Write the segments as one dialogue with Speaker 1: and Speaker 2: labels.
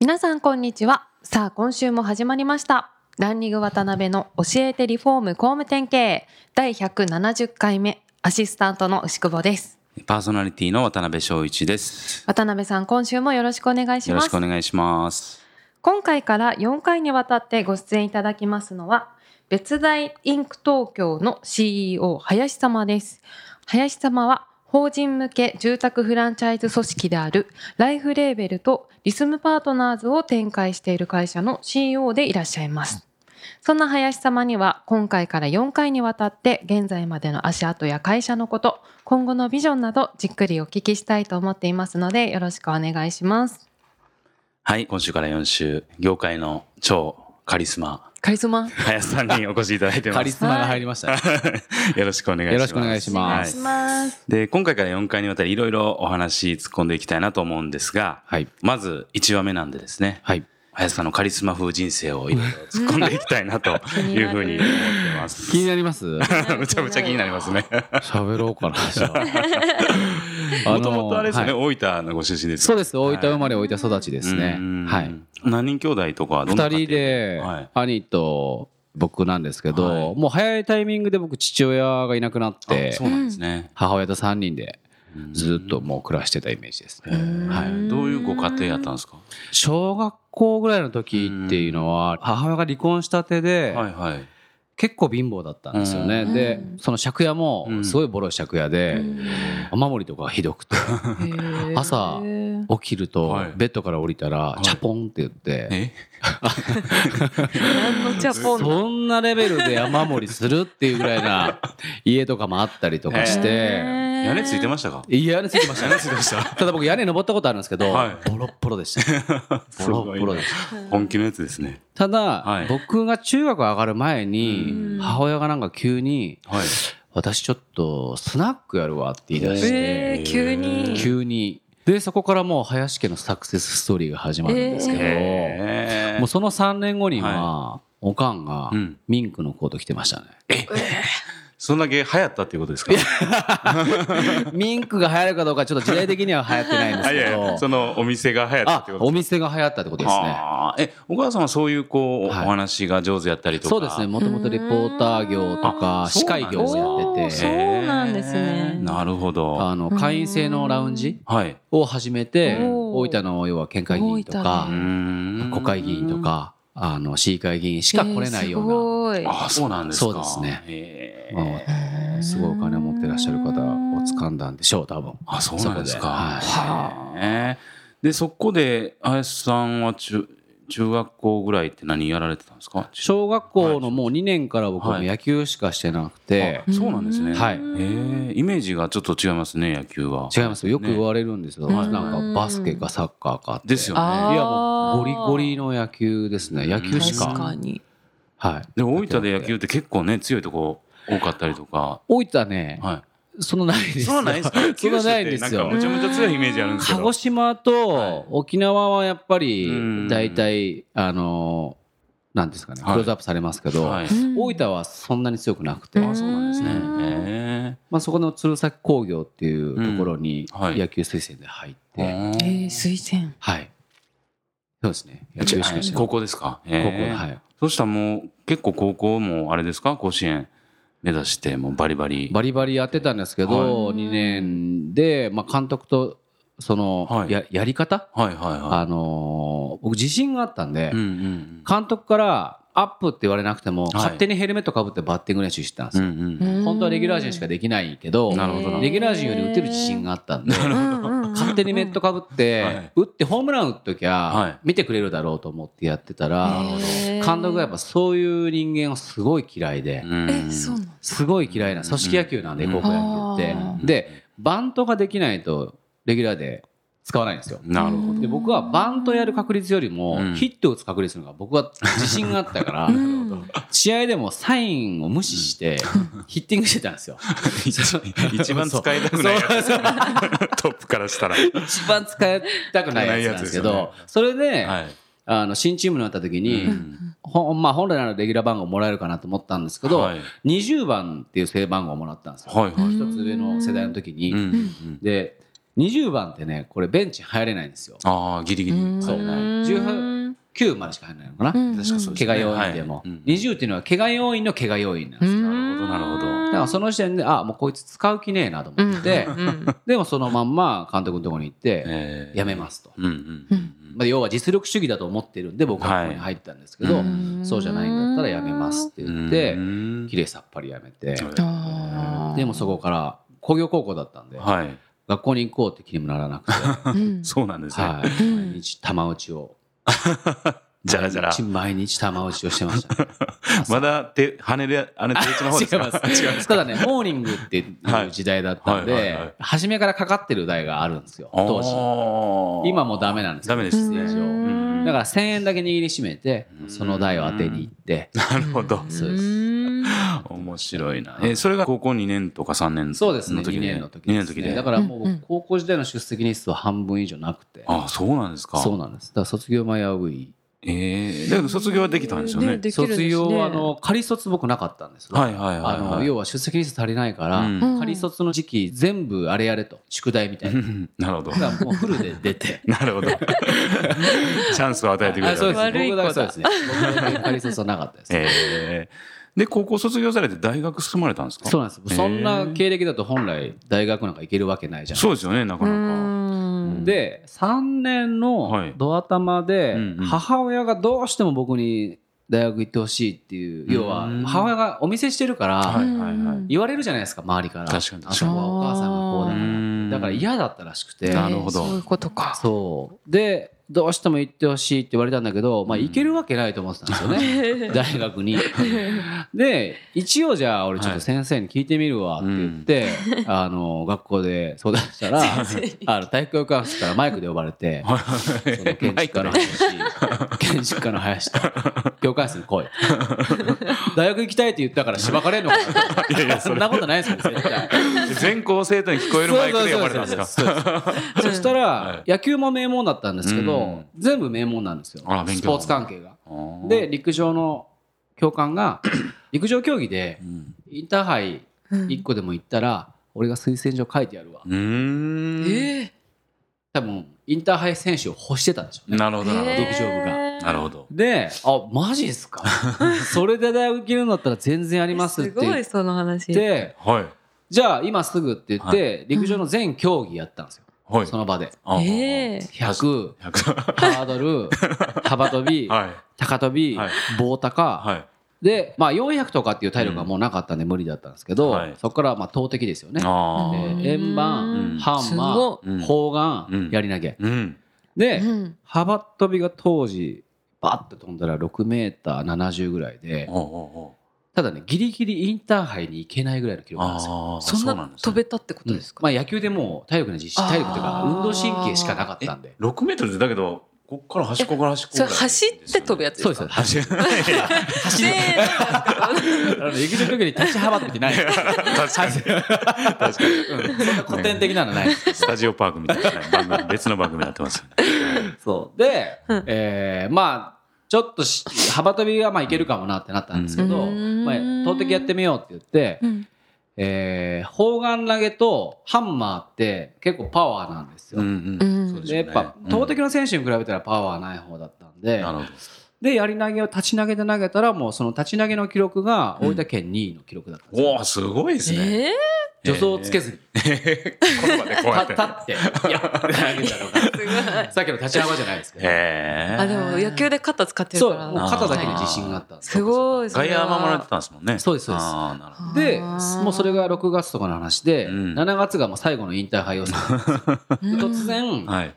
Speaker 1: 皆さんこんにちは。さあ今週も始まりました。ランニング渡辺の教えてリフォーム工務店経営第170回目アシスタントの牛久保です。
Speaker 2: パーソナリティの渡辺翔一です。
Speaker 1: 渡辺さん今週もよろしくお願いし
Speaker 2: よろ
Speaker 1: ま
Speaker 2: し
Speaker 1: す
Speaker 2: くお。願いします。
Speaker 1: 今回から4回にわたってご出演いただきますのは別大インク東京の CEO 林様です林様は法人向け住宅フランチャイズ組織であるライフレーベルとリスムパートナーズを展開している会社の CEO でいらっしゃいますそんな林様には今回から4回にわたって現在までの足跡や会社のこと今後のビジョンなどじっくりお聞きしたいと思っていますのでよろしくお願いします
Speaker 2: はい、今週から4週、業界の超カリス マ、
Speaker 1: カリスマ
Speaker 2: 林さんにお越しいただいて
Speaker 3: カ
Speaker 2: ま
Speaker 3: リ
Speaker 2: す。
Speaker 3: スマが入りましたね。
Speaker 2: よろしくお願いします。
Speaker 3: よろしくお願いします
Speaker 2: は
Speaker 1: ます
Speaker 2: いで、今回から4回にわたりいろいろお話突っ込んでいきたいなと思うんですが、
Speaker 3: はい。
Speaker 2: まず1話目なんでですね、
Speaker 3: はい。
Speaker 2: 林さんのカリスマ風人生をいろいろ突っ込んでいきたいなと
Speaker 1: に
Speaker 2: いう
Speaker 1: なる
Speaker 2: ふうに思ってま
Speaker 3: 気に
Speaker 2: す。
Speaker 3: なります
Speaker 2: むちゃむちゃ気になりますね。
Speaker 3: 喋ろうかな、じゃ あ。
Speaker 2: もともとあれですよね、
Speaker 3: はい
Speaker 2: 大分のご出身です
Speaker 3: そ
Speaker 2: よね。
Speaker 3: うです。大分生まれ、大分育ちですね
Speaker 2: うんうん。
Speaker 3: はい。。
Speaker 2: 何人兄弟とかはどんな
Speaker 3: 二
Speaker 2: 家庭
Speaker 3: 人で
Speaker 2: はい、
Speaker 3: 兄と僕なんですけ
Speaker 2: は
Speaker 3: ど、
Speaker 2: い
Speaker 3: もう早いタイミングで僕、父親がいなくなっ
Speaker 2: あ
Speaker 3: て
Speaker 2: そ、うなんですね。
Speaker 3: 母親と三人でずっと
Speaker 2: うん
Speaker 3: もう暮らしてたイメージですね。
Speaker 2: は
Speaker 1: うん
Speaker 2: い。どういうご家庭やったんですか。
Speaker 3: 小学校ぐらいの時っていうのは、母親が離婚したてで、
Speaker 2: はいはい。
Speaker 3: 結構貧乏だったんですよね、
Speaker 1: うん
Speaker 3: で
Speaker 1: うん
Speaker 3: その借家も
Speaker 2: うん
Speaker 3: すごいボロい借家で、お守りとかひど くて朝起きると
Speaker 2: はい
Speaker 3: ベッドから降りたら
Speaker 2: い
Speaker 3: チャポンって言って、
Speaker 2: え？
Speaker 1: 何のチャポンだ
Speaker 3: そんなレベルで雨漏りするっていうぐら いな家とかもあったりとかし
Speaker 1: へ
Speaker 3: て、
Speaker 1: ー
Speaker 2: 屋根ついてましたか。
Speaker 3: いや屋根ついてました
Speaker 2: 屋
Speaker 3: ね
Speaker 2: 根ついてました。
Speaker 3: ただ僕屋根登ったことあるんですけど、
Speaker 2: はい
Speaker 3: ボロッボロでした ボロッボロでした
Speaker 2: 本気のやつですね。
Speaker 3: ただ、
Speaker 2: はい
Speaker 3: 僕が中学上がる前に
Speaker 1: うん
Speaker 3: 母親がなんか急に
Speaker 2: はい。
Speaker 3: 「私ちょっとスナックやるわ」って言い出して、
Speaker 1: えー急に
Speaker 3: 急にでそこからもう林家のサクセスストーリーが始まるんですけど、
Speaker 2: へー
Speaker 3: もうその3年後には、おかんが
Speaker 2: うん
Speaker 3: ミンクのコート着てましたね、
Speaker 2: そんだけ流行ったっていうことですか。い
Speaker 3: ミンクが流行るかどうかちょっと時代的には流行ってないんです
Speaker 2: やい
Speaker 3: け
Speaker 2: や、そ
Speaker 3: ど
Speaker 2: のお店が流行ったっ
Speaker 3: あ
Speaker 2: てこと
Speaker 3: お
Speaker 2: で
Speaker 3: 店が流行ったってこと
Speaker 2: す
Speaker 3: ですね
Speaker 2: か。え、お母さんはそういうこうお
Speaker 3: はい
Speaker 2: 話が上手やったりとか。
Speaker 3: そうですね。もともとレポーター業と
Speaker 2: あ
Speaker 3: か司
Speaker 2: そうなん
Speaker 3: 会
Speaker 2: だ
Speaker 3: 業をやって
Speaker 1: そ
Speaker 3: て
Speaker 1: うなんですね
Speaker 2: へーなるほど。
Speaker 3: あの会員制のラウンジ
Speaker 2: はい。
Speaker 3: を始めて
Speaker 1: おー
Speaker 3: 大分の要は県会議員と
Speaker 1: 大
Speaker 3: か
Speaker 2: うーん
Speaker 3: 国会議員と。かあの市議会議員しか来れないような
Speaker 1: えーすごい
Speaker 2: あ、そうなんですか。
Speaker 3: そうですね
Speaker 2: へー。
Speaker 3: まあすごいお金を持ってらっしゃる方を掴んだんでしょう多分
Speaker 2: あ、そうなんですか。
Speaker 3: そ
Speaker 2: はいへえで、そこで、林さんは中、中学校ぐらいって何やられてたんですか。
Speaker 3: 小学校のもう2年から僕はもう野球しかしてなくて、
Speaker 2: あそうなんですね。
Speaker 3: はい
Speaker 2: へえイメージがちょっと違いますね、野球は。
Speaker 3: 違いますよよく言われるんですよ、
Speaker 1: ね
Speaker 3: なんかバスケかサッカーかって
Speaker 2: ですよね
Speaker 1: あー
Speaker 3: いやもうゴリゴリの野球ですね野球しか
Speaker 1: 確かに
Speaker 3: はい
Speaker 2: で、大分で野球って結構ね、強いとこ多かったりとか。
Speaker 3: 大分ね、
Speaker 2: は
Speaker 3: そのないで
Speaker 2: い。
Speaker 3: す
Speaker 2: そうなんですか。
Speaker 3: そんなないんで
Speaker 2: 九州っ
Speaker 3: す
Speaker 2: て
Speaker 3: よ
Speaker 2: なんかむちゃむちゃ強いイメージあるんですけ
Speaker 3: 鹿
Speaker 2: ど。
Speaker 3: 児島と沖縄はやっぱ
Speaker 2: うん
Speaker 3: り大体あのなんですかね
Speaker 2: はい
Speaker 3: クローズアップされますけど、
Speaker 2: はい。
Speaker 3: 大分はそんなに強くなくて、
Speaker 1: うん
Speaker 2: あ、そうなんですね。へ
Speaker 3: まあ、そこの鶴崎工業っていうところに
Speaker 2: うんはい
Speaker 3: 野球推薦で入って、
Speaker 2: え
Speaker 1: えー推薦
Speaker 3: はいそうですね野球しまし
Speaker 2: ー。
Speaker 3: た
Speaker 2: 高校ですか。
Speaker 3: 高
Speaker 2: へ
Speaker 3: 校
Speaker 2: ー
Speaker 3: はい
Speaker 2: そしたらもう結構高校もあれですか甲子園目指してもうバリバリ。
Speaker 3: バリバリやってたんですけど、
Speaker 1: はい
Speaker 3: 2年で、まあ、監督とその、
Speaker 2: はい
Speaker 3: ややり方、
Speaker 2: はいはいは
Speaker 3: あのー僕自信があったんで、
Speaker 2: い。うんうん
Speaker 3: 監督からアップって言われなくても、
Speaker 2: い
Speaker 3: 勝手にヘルメットかぶってバッティング練習してたんです
Speaker 2: うん。う
Speaker 3: よ、
Speaker 2: んうん。
Speaker 3: 本当はレギュラー陣しかできないけど、
Speaker 2: なるほどな
Speaker 3: レギュラー陣より打てる自信があったんで、勝
Speaker 1: 勝
Speaker 3: 手にメットかぶっ
Speaker 2: はい
Speaker 3: て、打ってホームラン打っとき
Speaker 2: は
Speaker 3: ゃ
Speaker 2: い、
Speaker 3: 見てくれるだろうと思ってやってたら、
Speaker 1: へー
Speaker 3: 監督がやっぱそういう人間をすごい嫌いで、
Speaker 1: えそうなん
Speaker 3: すごい嫌いな、組織野球なんで、
Speaker 2: うん
Speaker 3: 高校野球って
Speaker 1: あ。
Speaker 3: で、バントができないと、レギュラーで使わないんですよ。
Speaker 2: なるほ
Speaker 1: うん
Speaker 2: ど。
Speaker 3: で僕はバントやる確率よりも
Speaker 2: うん
Speaker 3: ヒット打つ確率の方が僕は自信があったから
Speaker 1: うん
Speaker 3: 試合でもサインを無視してヒッティングしてたんですよ。
Speaker 2: 一番使いたくないやつ
Speaker 3: そうそう
Speaker 2: トップからしたら。
Speaker 3: 一番使いたくないやつなんですけ
Speaker 2: ないや
Speaker 3: ど
Speaker 2: つ
Speaker 3: それで
Speaker 2: はい。
Speaker 3: あの新チームになった時
Speaker 2: う
Speaker 3: に
Speaker 2: ん
Speaker 3: ほんまあ本来ならレギュラー番号もらえるかなと思ったんですけど
Speaker 2: はい
Speaker 3: 20番っていう正番号をもらったんですよ。
Speaker 2: はいは
Speaker 1: うん
Speaker 2: い。
Speaker 3: 一つ上の世代の時に、
Speaker 2: うんうんうん
Speaker 3: で20番ってねこれベンチ入れないんですよ
Speaker 2: ああ、ギリギリ。
Speaker 3: そう18 9までしか入れないのかな、
Speaker 1: うん
Speaker 2: 確かそうです
Speaker 3: 怪
Speaker 2: ね
Speaker 3: 我要員でも、
Speaker 2: はいうん
Speaker 3: 20っていうのは怪我要員の怪我要員なんです、
Speaker 1: うん
Speaker 2: なるほどなるほ
Speaker 3: だからその時点であもうこいつ使う気ねえなと
Speaker 1: う
Speaker 3: 思
Speaker 1: ん
Speaker 3: って、
Speaker 1: うん
Speaker 3: でもそのまんま監督のところに行って、
Speaker 2: えー
Speaker 3: やめますと、
Speaker 2: うんうん
Speaker 1: う
Speaker 2: うんん。
Speaker 3: まあ、要は実力主義だと思ってるんで僕はここに入ったんですけど、
Speaker 2: は
Speaker 1: う
Speaker 2: い
Speaker 1: ん
Speaker 3: そうじゃないんだったらやめますって言って、
Speaker 2: うん
Speaker 3: きれいさっぱりやめて、
Speaker 1: あー
Speaker 3: でもそこから工業高校だったんで、
Speaker 2: はい。
Speaker 3: 学校に行こうって気にもならなくて
Speaker 1: うん
Speaker 2: そうなんですね。
Speaker 3: は
Speaker 1: う
Speaker 3: い、
Speaker 1: ん
Speaker 3: 毎日玉打ちを
Speaker 2: じゃらじゃら
Speaker 3: 毎。日毎日玉打ちをして ましたね
Speaker 2: まだ手、跳ねる、あの手打ちの方ですか
Speaker 3: 違いますただねモーニングっていう時代だったんで、
Speaker 2: はいはいはいはい
Speaker 3: 初めからかかってる代があるんですよ
Speaker 2: あー
Speaker 3: 当時今もうダメなんですけど
Speaker 2: ダメですね
Speaker 3: ステージ
Speaker 1: う
Speaker 3: を
Speaker 1: ん
Speaker 3: だから1000円だけ握りしめて
Speaker 2: うん
Speaker 3: その代を当てに行って
Speaker 2: なるほど。
Speaker 3: そうです
Speaker 1: うん
Speaker 2: 面白いな。えー、それが高校2年とか3年の時
Speaker 3: そうですね2年の時
Speaker 2: 2
Speaker 3: で
Speaker 2: 年の
Speaker 3: す
Speaker 2: 時
Speaker 3: ね
Speaker 2: で。
Speaker 3: だからもう
Speaker 1: うんうん
Speaker 3: 僕高校時代の出席日数は半分以上なくて
Speaker 2: ああ、そうなんですか。
Speaker 3: そうなんですだから卒業危うい
Speaker 2: ええだけど卒業はできたんですよね。
Speaker 1: できるんです
Speaker 3: 卒
Speaker 1: ね
Speaker 3: 業はあの仮卒僕なかったんですよ
Speaker 2: はいはいはい、
Speaker 3: あ
Speaker 2: はい。
Speaker 3: の要は出席日数足りないから、
Speaker 2: うん
Speaker 1: うん
Speaker 3: 仮卒の時期全部あれやれと宿題みたいな。
Speaker 2: なるほど。。
Speaker 3: だからもうフルで出て
Speaker 2: なるほど。チャンスを与えてくれ
Speaker 3: あ
Speaker 2: た。
Speaker 3: そうです
Speaker 1: 悪い子だ
Speaker 3: 僕だけそうですね。僕だけ仮卒はなかったです。
Speaker 2: ええで、高校卒業されて大学進まれたんですか
Speaker 3: そう
Speaker 2: う
Speaker 3: なんです。そんな経歴だと本来大学なんか行けるわけないじゃん。
Speaker 2: そうですよね、なかなか。
Speaker 1: うん
Speaker 3: で3年
Speaker 2: は
Speaker 3: の
Speaker 2: い
Speaker 3: ドア玉で
Speaker 2: うんうん
Speaker 3: 母親がどうしても僕に大学行ってほしいっていう要は
Speaker 2: うん
Speaker 3: 母親がお店してるから
Speaker 2: はいはいはい
Speaker 1: うん
Speaker 3: 言われるじゃないですか周りから
Speaker 2: 確かに
Speaker 3: あそこはお母さんがこうだから
Speaker 2: うん
Speaker 3: だから嫌だったらしくて
Speaker 2: なるほど
Speaker 1: そういうことか
Speaker 3: そうでどうしても行ってほしいって言われたんだけど、まあ、
Speaker 2: うん
Speaker 3: 行けるわけないと思ってたんです よね大学に。で一応じゃあ俺ちょっと先生に聞いてみるわって言って、あの学校で相談し たらあの体育教官室からマイクで呼ばれて
Speaker 2: は
Speaker 3: その
Speaker 2: い
Speaker 3: 建築 家の林建築家の林と教官室に 来い大学行きたいって言ったからしばかれんのかなそんなことないですよ絶対。
Speaker 2: 全校生徒に聞こえるマイクで呼ばれたんですか
Speaker 3: そうそうそうそうそした
Speaker 2: は
Speaker 3: ら野球も名門だったんですけ
Speaker 2: う
Speaker 3: ど
Speaker 2: ん
Speaker 3: 全部名門なんですよ
Speaker 2: あら勉
Speaker 3: ス
Speaker 2: 強
Speaker 3: ポーツ関係が。
Speaker 2: あー、
Speaker 3: で陸上の教官 が陸上競技で
Speaker 2: うん
Speaker 3: インターハイ
Speaker 1: うん
Speaker 3: 1個でも行ったら俺が推薦状書いてやるわ
Speaker 2: うーん。
Speaker 1: え
Speaker 3: 多分インターハイ選手を欲してたんでしょうね。
Speaker 2: なるほど、なるほ
Speaker 1: え
Speaker 2: ど。
Speaker 3: 陸上部が
Speaker 2: なるほど。
Speaker 3: であマ ジですかそれで大学行けるんだったら全然ありますっ
Speaker 1: す
Speaker 3: て
Speaker 1: ご
Speaker 3: 言
Speaker 1: い
Speaker 3: っ
Speaker 1: その話
Speaker 3: て
Speaker 2: はい。
Speaker 3: じゃあ今すぐって言っ
Speaker 2: は
Speaker 3: て陸上の全競技やったんですよ
Speaker 2: はい。
Speaker 3: その場で。
Speaker 2: あー
Speaker 1: ええ
Speaker 3: 100
Speaker 2: 100
Speaker 3: ハー ドル、幅跳び、
Speaker 2: はい。
Speaker 3: 高跳び、
Speaker 2: はい
Speaker 3: 棒高、
Speaker 2: はい。
Speaker 3: で、まあ、400とかっていう体力がもうなかったんで無理だったんですけど、
Speaker 2: はい
Speaker 3: そこからまあ投擲ですよね、
Speaker 2: あ
Speaker 3: え
Speaker 2: あ。
Speaker 3: ー円盤、
Speaker 2: うん
Speaker 3: ハンマ
Speaker 2: すごいうん
Speaker 3: ー砲丸、
Speaker 2: うん
Speaker 3: やり投げ
Speaker 2: うん。
Speaker 3: で、
Speaker 1: うん
Speaker 3: 幅跳びが当時バッと飛んだら6メーター70ぐらいで
Speaker 2: おうお
Speaker 3: ただねギリギリインターハイに行けないぐらいの記
Speaker 2: うおう
Speaker 3: 録なんですよ。
Speaker 2: ああ。
Speaker 1: そん
Speaker 2: う
Speaker 1: な
Speaker 2: ですね
Speaker 1: 飛べたってこと
Speaker 3: うん
Speaker 1: ですか
Speaker 3: まあ、野球でもう体力の実施体力というか
Speaker 1: あー
Speaker 3: 運動神経しかなかったんで
Speaker 2: 6メートルでだけどこっから端っこから端っこ
Speaker 1: それ
Speaker 2: ぐらい
Speaker 1: 走って飛ぶやつ
Speaker 3: そう
Speaker 1: で
Speaker 3: です
Speaker 1: すか
Speaker 3: よ走る
Speaker 1: 走る
Speaker 3: あの陸上競技に立ち幅跳びっ てない
Speaker 2: 確 かに確かに
Speaker 3: そんな古典的なのないです。
Speaker 2: スタジオパークみたいな番組別の番組になってますよね
Speaker 3: そう。で、
Speaker 1: うん
Speaker 3: えーまあ、ちょっとし幅跳びはまあいけるかもなってなったんですけど、
Speaker 1: うん
Speaker 3: まあ、投擲やってみようって言って、
Speaker 1: うん
Speaker 3: えー砲丸投げとハンマーって結構パワーなんですよ。
Speaker 2: ん
Speaker 1: う
Speaker 2: そうんで
Speaker 3: でやっぱ
Speaker 2: うん
Speaker 3: 投擲の選手に比べたらパワーない方だったんで、
Speaker 2: なるほ
Speaker 3: でやり投げを立ち投げで投げたらもうその立ち投げの記録が大分県2位の記録だったんです
Speaker 2: ど
Speaker 3: よ、
Speaker 2: おおすごいです
Speaker 1: え
Speaker 2: ねー
Speaker 3: 助走をつけずに、
Speaker 2: この場でこうや
Speaker 3: た
Speaker 2: って
Speaker 3: 立っていや投げたの
Speaker 1: ーすごい
Speaker 3: がさっきの立ち幅じゃないですけ ど、
Speaker 2: へえ
Speaker 1: あでも野球で肩使ってる
Speaker 3: そ
Speaker 1: か
Speaker 3: う
Speaker 1: ら
Speaker 3: もう肩だけに自信があったんです
Speaker 1: すごいそ
Speaker 2: 外
Speaker 1: れ
Speaker 2: 野
Speaker 1: は
Speaker 2: は守られてたんですもんね
Speaker 3: そうですそうです
Speaker 2: ああなるほど
Speaker 3: で
Speaker 1: あー
Speaker 3: もうそれが6月とかの話で、
Speaker 2: うん
Speaker 3: 7月がもう最後の引退 配をする
Speaker 1: うん
Speaker 3: 突然
Speaker 2: はい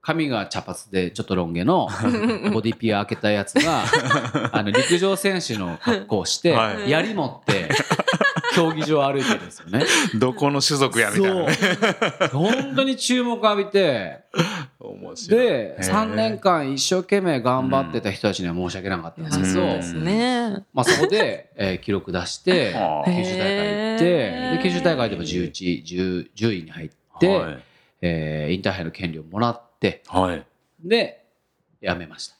Speaker 3: 髪が茶髪でちょっとロン毛の ボディピア開けた やつがあの陸上選手の格好をして、
Speaker 2: はい
Speaker 3: 槍持って競技場歩いてるんですよね。
Speaker 2: どこの種族やみたいな、ね、
Speaker 3: そう本当に注目浴びて
Speaker 2: 面白い
Speaker 3: で
Speaker 2: へー
Speaker 3: 3年間一生懸命頑張ってた人たちには申し訳なかったんですけど、
Speaker 2: うん
Speaker 1: そうですね。
Speaker 3: まあ、そこで、えー記録出して
Speaker 2: あ
Speaker 1: へ
Speaker 2: ー
Speaker 3: 九州大会行って
Speaker 1: へー
Speaker 3: で九州大会でも11位 10, 10位に入って、
Speaker 2: はい
Speaker 3: えーインターハイの権利をもらって
Speaker 2: はい
Speaker 3: でやめました。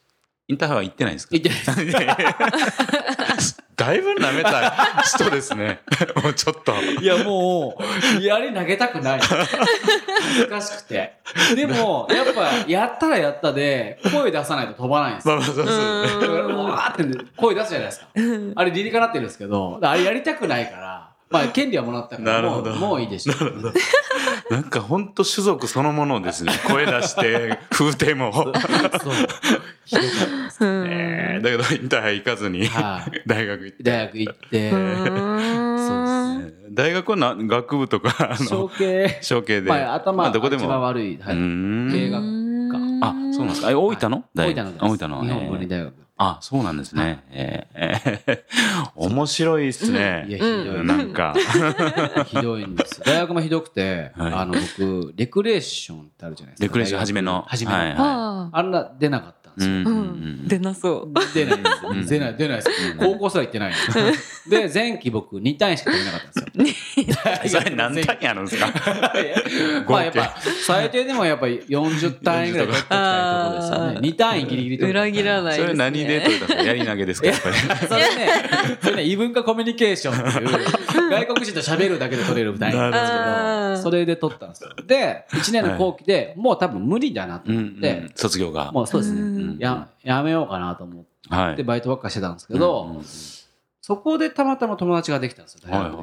Speaker 2: インターハイは行ってないんですか
Speaker 3: 行ってない
Speaker 2: いやいや だいぶ舐めた人ですね もうちょっと
Speaker 3: いやもう、やり投げたくない。難しくて。でも、やっぱ、やったらやったで、声出さないと飛ばないんです
Speaker 2: ま
Speaker 3: よ。
Speaker 2: あまあそう
Speaker 1: う
Speaker 2: そう
Speaker 3: だから、うわ
Speaker 1: ん
Speaker 3: ーってね声出すじゃないですか。あれ、理にかなってるんですけど、あれやりたくないから、まあ、権利はもらったか
Speaker 2: な
Speaker 3: ら、
Speaker 2: る
Speaker 3: も
Speaker 2: ほど
Speaker 3: う、もういいでしょ。
Speaker 2: なんか本当種族そのものですね声出 して風景も、
Speaker 3: そう。ひどかったです。
Speaker 2: えーだけどインターハイ行かずに
Speaker 3: はい。
Speaker 2: 大学行って
Speaker 3: 大学行って、
Speaker 1: うん
Speaker 2: 大学はな学部とかあ
Speaker 3: 小
Speaker 2: の
Speaker 3: 形、
Speaker 2: 小系で、
Speaker 3: まあ、頭、
Speaker 2: まあどこでも
Speaker 3: 一番悪い。は
Speaker 2: う
Speaker 3: い
Speaker 2: ーん
Speaker 3: 映画
Speaker 2: あそうなんですかえ大分の
Speaker 3: 大
Speaker 2: 大
Speaker 3: 分
Speaker 2: 学
Speaker 3: のです。
Speaker 2: あ大分の
Speaker 3: 日
Speaker 2: え
Speaker 3: 本
Speaker 2: ー
Speaker 3: 文 理大学。
Speaker 2: あそうなんですね、えーえー面白いです
Speaker 3: いや、
Speaker 2: ね、
Speaker 3: ひどいです。
Speaker 2: なんか
Speaker 3: ひどいんですよ大学もひどくて、
Speaker 2: はい
Speaker 3: あの僕レクレーションってあるじゃないですか
Speaker 2: レクレーション初めの
Speaker 3: 初めの、
Speaker 2: はいはい
Speaker 1: あ
Speaker 3: あんな出なかったん
Speaker 2: う
Speaker 3: です
Speaker 2: ん
Speaker 3: よ、
Speaker 2: うん
Speaker 1: ーう
Speaker 2: うん
Speaker 1: ん出なそう。
Speaker 3: 出ないんですよ
Speaker 2: うん
Speaker 3: 出ない出ないですよ高校生は行ってないんで すよで前期僕2単位しか取れなかったんです
Speaker 2: そ
Speaker 3: よ
Speaker 2: れ何単位あるんですか
Speaker 3: 位まあやっぱ最低でもやっぱり40単位ぐらい取っておきたいところですよね
Speaker 1: あー
Speaker 3: 2単位ギリギリ取ってお
Speaker 1: 裏
Speaker 3: きた
Speaker 1: 切らない
Speaker 2: それ何
Speaker 1: です
Speaker 2: で
Speaker 1: ね
Speaker 2: 取れたんですかやり投げですかやっぱり
Speaker 3: それねそれね異文化コミュニケーションっていう外国人と喋るだけで取れる2単位
Speaker 2: なるほど
Speaker 1: あー
Speaker 3: それで取ったんですよ。で、1年の後期で、もう多分無理だなと
Speaker 2: うんう
Speaker 3: 思っ
Speaker 2: ん
Speaker 3: て、
Speaker 2: 卒業が
Speaker 3: もうそうです
Speaker 1: う
Speaker 3: ね。
Speaker 1: ん
Speaker 3: ややめようかなと思っ
Speaker 2: は
Speaker 3: て
Speaker 2: い
Speaker 3: バイトばっかしてたんですけ
Speaker 2: うんうん
Speaker 3: ど
Speaker 2: うん
Speaker 3: そこでたまたま友達ができたんですよ大
Speaker 2: はい
Speaker 3: 学で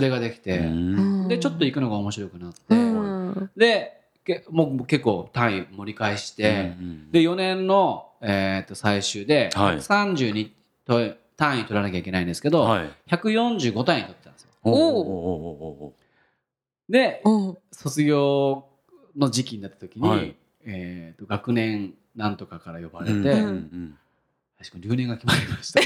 Speaker 3: 連れができ
Speaker 2: はいはい
Speaker 3: て
Speaker 2: うん
Speaker 3: でちょっと行くのが面白くなっ
Speaker 1: う
Speaker 3: て
Speaker 1: ん
Speaker 3: でけもう結構単位盛り返して
Speaker 2: うんうん
Speaker 3: で4年のえーと最終で
Speaker 2: はい
Speaker 3: 32と単位取らなきゃいけないんですけど
Speaker 2: はい
Speaker 3: 145単位取ってたんですよ
Speaker 2: おー
Speaker 1: おー
Speaker 2: お
Speaker 3: で
Speaker 1: うん
Speaker 3: 卒業の時期になった時に、
Speaker 2: はい
Speaker 3: えーと学年なんとかから呼ば
Speaker 2: ーおーお
Speaker 3: れ
Speaker 2: ー
Speaker 3: て、
Speaker 2: うんうんうん
Speaker 3: 確かに留年が決まりました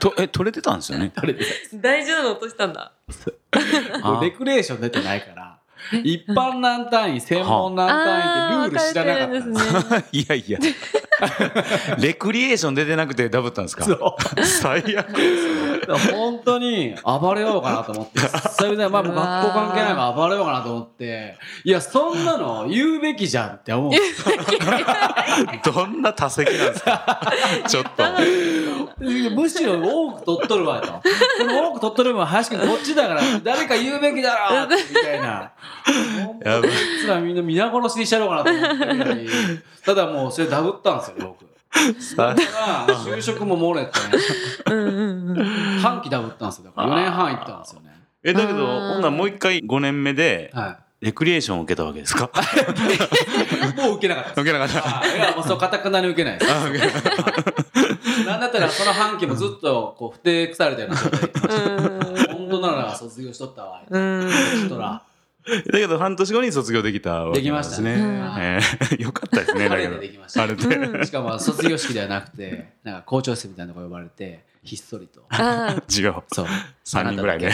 Speaker 2: とえ取れてたんですよね
Speaker 3: 取れて
Speaker 1: 大事なの落としたんだ。
Speaker 2: あ
Speaker 3: もうレクレーション出てないから一般難単位専門難単位ってルール知らなかったんです
Speaker 1: あー分かれてるんですね。
Speaker 2: いやいやレクリエーション出てなくてダブったんですか
Speaker 3: そう
Speaker 2: 最悪ですね
Speaker 3: だから本当に暴れようかなと思って久々にまあもう
Speaker 1: うわー
Speaker 3: 学校関係ないから暴れようかなと思っていやそんなの言うべきじゃんって思う
Speaker 2: どんな多席なんですかちょっと
Speaker 3: むしろ多く取っとるわとこの多く取っとる分林くんこっちだから誰か言うべきだろみたいな
Speaker 2: やばい
Speaker 3: こいつらみんな皆殺しにしてやろうかなと思ってるのにただもうそれダブったんですよ僕だから就職も漏れて
Speaker 1: うんうんうん。
Speaker 3: 半期ダブったんですよだから4年半行ったんですよね
Speaker 2: えだけど
Speaker 1: あー
Speaker 2: ほんならもう一回5年目で
Speaker 3: は
Speaker 2: レクリエーションを受けたわけですか
Speaker 3: いもう受けなかった
Speaker 2: 受けなかった
Speaker 3: あいやもうそうかたくなに受けないです
Speaker 2: あ受けなかっ
Speaker 3: なんだったらその半期もずっとこう不定腐れたような状態で 本当なら卒業しとったわ
Speaker 1: うん
Speaker 3: ちょっと
Speaker 2: た
Speaker 3: ら
Speaker 2: だけど半年後に卒業できたわけなんですね
Speaker 1: できました
Speaker 2: えーよかったですねだ け
Speaker 3: 晴れ
Speaker 2: ど
Speaker 3: てできました
Speaker 2: 晴れて
Speaker 3: しかも卒業式ではなくてなんか校長室みたいなとこ呼ばれてひっそりと
Speaker 1: あー
Speaker 2: 授業
Speaker 3: そう
Speaker 2: 3人ぐらいで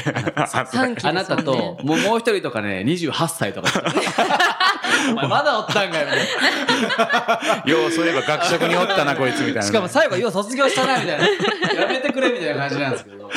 Speaker 1: 三期ですもんね
Speaker 3: あなたと、もうもう一人とかね28歳とかお前まだおったんかよみた い
Speaker 2: ようそういえば学食におったなこいつみたいな
Speaker 3: な
Speaker 2: ね
Speaker 3: しかも最後よう卒業したなみたいなやめてくれみたいな感じなんですけど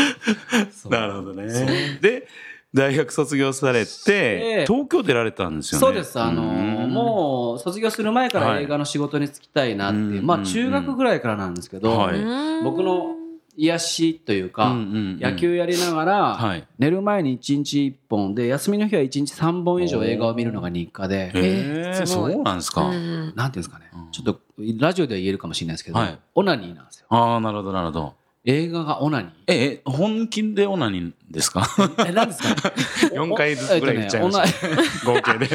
Speaker 3: そう
Speaker 2: なるほど
Speaker 3: そう
Speaker 2: ねで大学卒業され
Speaker 3: え
Speaker 2: て
Speaker 3: え
Speaker 2: 東京出られたんですよね
Speaker 3: そうです、あのー
Speaker 2: う
Speaker 3: もう卒業する前から映画の仕事に就きたいなっていう、
Speaker 2: はい
Speaker 3: まあ
Speaker 2: うん
Speaker 3: 中学ぐらいからなんですけど、
Speaker 2: はい
Speaker 1: うん
Speaker 3: 僕の癒しという
Speaker 2: ー
Speaker 3: か、
Speaker 2: んうんうん
Speaker 3: 野球やりながら、
Speaker 2: はい
Speaker 3: 寝る前に1日1本で休みの日は1日3本以上映画を見るのが日課で、
Speaker 2: えー
Speaker 1: すごい
Speaker 2: そうなんですか
Speaker 1: うん
Speaker 3: なんていうんですかね、
Speaker 2: うん
Speaker 3: ちょっとラジオでは言えるかもしれないですけど、
Speaker 2: はい
Speaker 3: オナニーなんですよ
Speaker 2: ああなるほどなるほど
Speaker 3: 映画がオナニー
Speaker 2: ええ本気でオナニーですか
Speaker 3: え何ですか
Speaker 2: 四回ずつぐらい言っちゃいました
Speaker 3: えっとね
Speaker 2: 合計で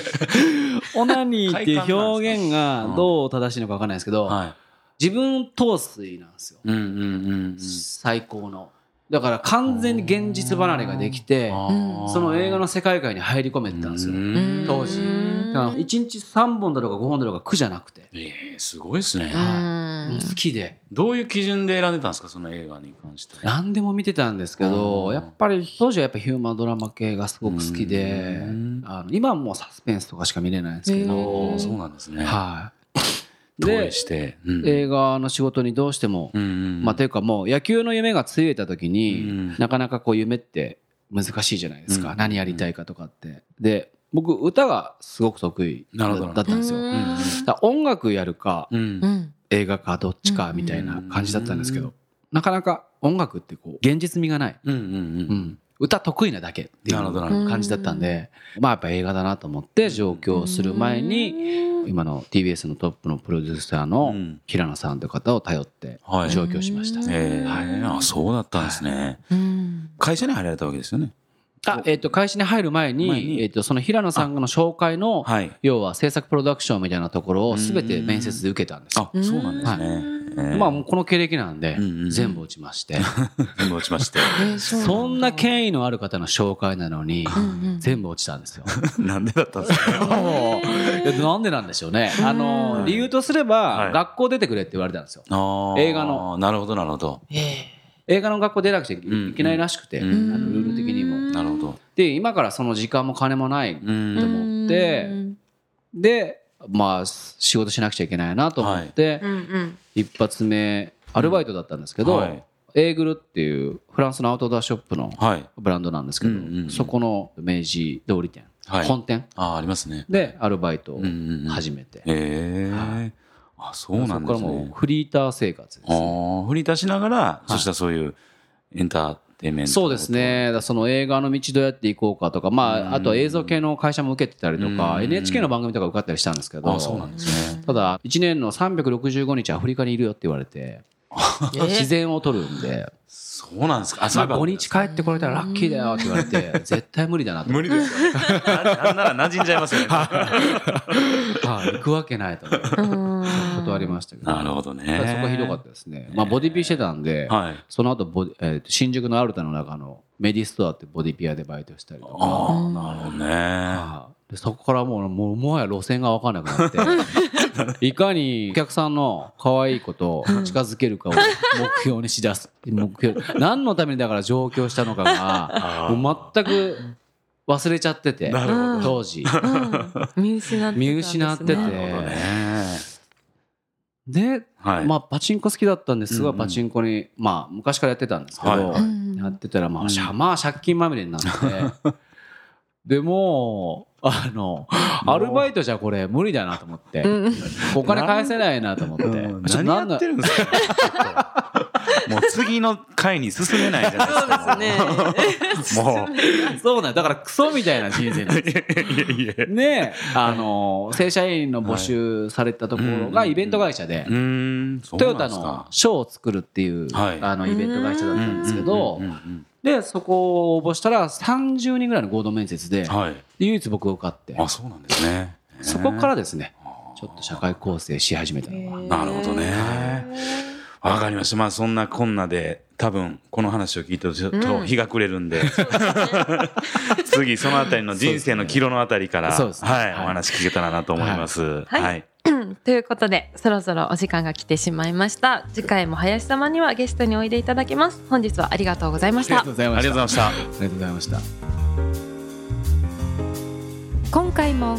Speaker 3: オナオナ ニーっていう表現がどう正しいのか分かんないですけど、
Speaker 2: は
Speaker 3: 自分陶酔なんですよ、
Speaker 2: いうんうんうん
Speaker 3: 最高のだから完全に現実離れができて
Speaker 2: うん
Speaker 1: ー
Speaker 3: その映画の世界観に入り込めてたんですよ
Speaker 2: うん
Speaker 3: 当時
Speaker 1: うん
Speaker 3: だから1日3本だろうか5本だろうか苦じゃなくて、
Speaker 2: ええすごいですね
Speaker 1: う。ん
Speaker 3: 好きで
Speaker 2: どういう基準で選んでたんですかその映画に関して。
Speaker 3: 何でも見てたんですけど、
Speaker 2: うん
Speaker 3: やっぱり当時はやっぱヒューマンドラマ系がすごく好きで、
Speaker 2: うん
Speaker 3: あの今はもうサスペンスとかしか見れないんですけ
Speaker 1: へ
Speaker 3: ど、
Speaker 2: おおそうなんですね。
Speaker 3: はい。
Speaker 2: 投
Speaker 3: で
Speaker 2: 影して。うん
Speaker 3: 映画の仕事にどうしても、
Speaker 2: うんうん
Speaker 3: まあというかもう野球の夢がついた時に、
Speaker 2: うん
Speaker 3: なかなかこう夢って難しいじゃないですか、
Speaker 2: うん
Speaker 3: 何やりたいかとかって。で僕歌がすごく得意だ
Speaker 2: なるほど
Speaker 3: だったんですよ。
Speaker 1: う
Speaker 3: だ
Speaker 2: ん
Speaker 3: から音楽やるか
Speaker 2: うん
Speaker 1: うん
Speaker 3: 映画かどっちかみたいな感じだったんですけど、
Speaker 2: うん
Speaker 3: なかなか音楽ってこう現実味がない。
Speaker 2: うんうん
Speaker 3: う
Speaker 2: うん。
Speaker 3: ん、歌得意なだけっていう
Speaker 2: なるほどなるほ
Speaker 1: ど
Speaker 3: 感じだったんで、まあやっぱ映画だなと思って上京する前に、
Speaker 1: に
Speaker 3: 今の TBS のトップのプロデューサーの
Speaker 2: うん
Speaker 3: 平野さんという方を頼って
Speaker 2: はい。
Speaker 3: 上京しました、
Speaker 1: うん
Speaker 2: ええあそうだったんですね。
Speaker 1: うん
Speaker 2: 会社に入られたわけですよね。
Speaker 3: あえっと会社に入る前に
Speaker 2: 前に
Speaker 3: えっとその平野さんの紹介の
Speaker 2: はい。
Speaker 3: 要は制作プロダクションみたいなところを全て面接で受けたんですよ
Speaker 2: あそうなんですね。ええ
Speaker 3: まあもうこの経歴なんで
Speaker 2: うんうんうん
Speaker 3: 全部落 ちまして、
Speaker 2: 全部落ちまして。
Speaker 1: えーそう
Speaker 3: そんな
Speaker 1: け
Speaker 3: 権威のある方の紹介なのに全部落ちたんですよ。
Speaker 2: なんでだったんですか。
Speaker 3: もういやなんでなんでしょうね。あ
Speaker 1: う
Speaker 3: の
Speaker 2: ん
Speaker 3: 理由とすれ
Speaker 2: は
Speaker 3: ば
Speaker 2: い
Speaker 3: 学校出てくれって言われたんですよ。
Speaker 2: あー
Speaker 3: 映画の。
Speaker 2: なるほどなるほど。
Speaker 3: 映画の学校出なくちゃいけないらしくて、あ
Speaker 2: う
Speaker 3: の
Speaker 2: ん
Speaker 3: ルール的にも。
Speaker 2: なるほど。
Speaker 3: で今からその時間も金もない。
Speaker 2: うん
Speaker 3: と思ってでまあ仕事しなくちゃいけないなと思って、一発目アルバイトだったんですけど、
Speaker 2: はい
Speaker 3: エーグルっていうフランスのアウトドアショップの
Speaker 2: はい
Speaker 3: ブランドなんですけど、
Speaker 2: うんうんうん
Speaker 3: そこの明治通り店、
Speaker 2: はい。
Speaker 3: 本店
Speaker 2: あーありますね。
Speaker 3: でアルバイトを
Speaker 2: うんうんうん。
Speaker 3: 始めて、
Speaker 2: ええ
Speaker 3: は
Speaker 2: あそうなんで
Speaker 3: そこ
Speaker 2: す
Speaker 3: からも
Speaker 2: ね
Speaker 3: う。フリーター生活です、
Speaker 2: あ
Speaker 3: ね、
Speaker 2: あ振り出しながら、そしたらそういうエンターテインメント
Speaker 3: そうですねだからその映画の道どうやって行こうかとか、ま
Speaker 2: う
Speaker 3: あ、
Speaker 2: ん
Speaker 3: あとは映像系の会社も受けてたりと
Speaker 2: う
Speaker 3: か
Speaker 2: ん
Speaker 3: NHK の番組とか受かったりしたんですけど
Speaker 2: あそうなんですね
Speaker 3: ただ1年の365日アフリカにいるよって言わ れて自然を取るんで、
Speaker 2: そうなんですかあ
Speaker 3: ま
Speaker 2: そういえ
Speaker 3: あ、
Speaker 2: ば
Speaker 3: 5日帰ってこれたらラッキーだよって言われて絶対無理だなと思っ
Speaker 2: 無理です よねななんなら馴染んじゃいますよね
Speaker 3: てはい行くわけないと思って断りましたけど
Speaker 2: なるほどね
Speaker 3: ただそこはひどかったですね、まあ、ボディピーしてたんで、
Speaker 2: はい
Speaker 3: その後ボディ、えーと新宿のアルタの中のメディストアってボディピアでバイトしたりとか
Speaker 2: ああなるほどね
Speaker 3: はいでそこからもうもうもはや路線が分からなくな っていかにお客さんの可愛い子と近づけるかを目標にしだす目標何のためにだから上京したのかが
Speaker 2: あー
Speaker 3: もう全く忘れちゃってて
Speaker 2: な
Speaker 1: るほど
Speaker 3: 当時
Speaker 1: 見失ってたんですね
Speaker 3: 見失ってて
Speaker 2: なるほどね
Speaker 3: で、
Speaker 2: はい
Speaker 3: まあ、パチンコ好きだったんです
Speaker 2: うん
Speaker 3: が、
Speaker 2: うん
Speaker 3: パチンコに、まあ、昔からやってたんですけど、
Speaker 2: はいは
Speaker 3: やってたら、ま
Speaker 2: う
Speaker 3: あ、
Speaker 2: ん
Speaker 3: しゃまあ借金まみれ になってでもうあのアルバイトじゃこれ無理だなと思って
Speaker 1: うん
Speaker 3: お金返せないなと思って
Speaker 2: うん
Speaker 3: ちょっと
Speaker 2: 何や
Speaker 3: なんだ
Speaker 2: ってるんですか もう次の回に進めないじゃないですか
Speaker 1: そうですね
Speaker 2: もう
Speaker 3: そうなんだからクソみたいな人生なんですよ
Speaker 2: いやいや
Speaker 3: ねあの正社員の募集されたところが
Speaker 2: はい
Speaker 3: イベント会社で
Speaker 2: うーんそう
Speaker 3: ト
Speaker 2: な
Speaker 3: ヨ
Speaker 2: んで
Speaker 3: タ
Speaker 2: すか
Speaker 3: のショーを作るっていう
Speaker 2: はい
Speaker 3: あのイベント会社だったんですけど
Speaker 2: うんうんうん
Speaker 3: でそこを応募したら30人ぐらいの合同面接で
Speaker 2: うんはい
Speaker 3: 唯一僕が受かって
Speaker 2: あそうなんですね
Speaker 3: そこかららですねちょっと社会構成し始めたのが。
Speaker 2: なるほどねわかりました。まあそんなこんなで、多分この話を聞いてる
Speaker 1: ん
Speaker 2: と日が暮れる んで、次そのあたりの人生の岐路のあたりから、
Speaker 3: そうですね
Speaker 2: はい、
Speaker 3: はい
Speaker 2: お話聞けたらなと思います。
Speaker 1: はい
Speaker 2: はい。
Speaker 1: ということでそろそろお時間が来てしまいました次回も林様にはゲストにおいでいただきます本日はありがとうございま
Speaker 3: あ
Speaker 1: し
Speaker 3: りが
Speaker 1: た
Speaker 3: とうござい
Speaker 2: あり
Speaker 3: ま
Speaker 2: がと
Speaker 3: し
Speaker 2: うござい
Speaker 3: た。あ
Speaker 2: ました。
Speaker 3: りがとうございました。
Speaker 1: 今回も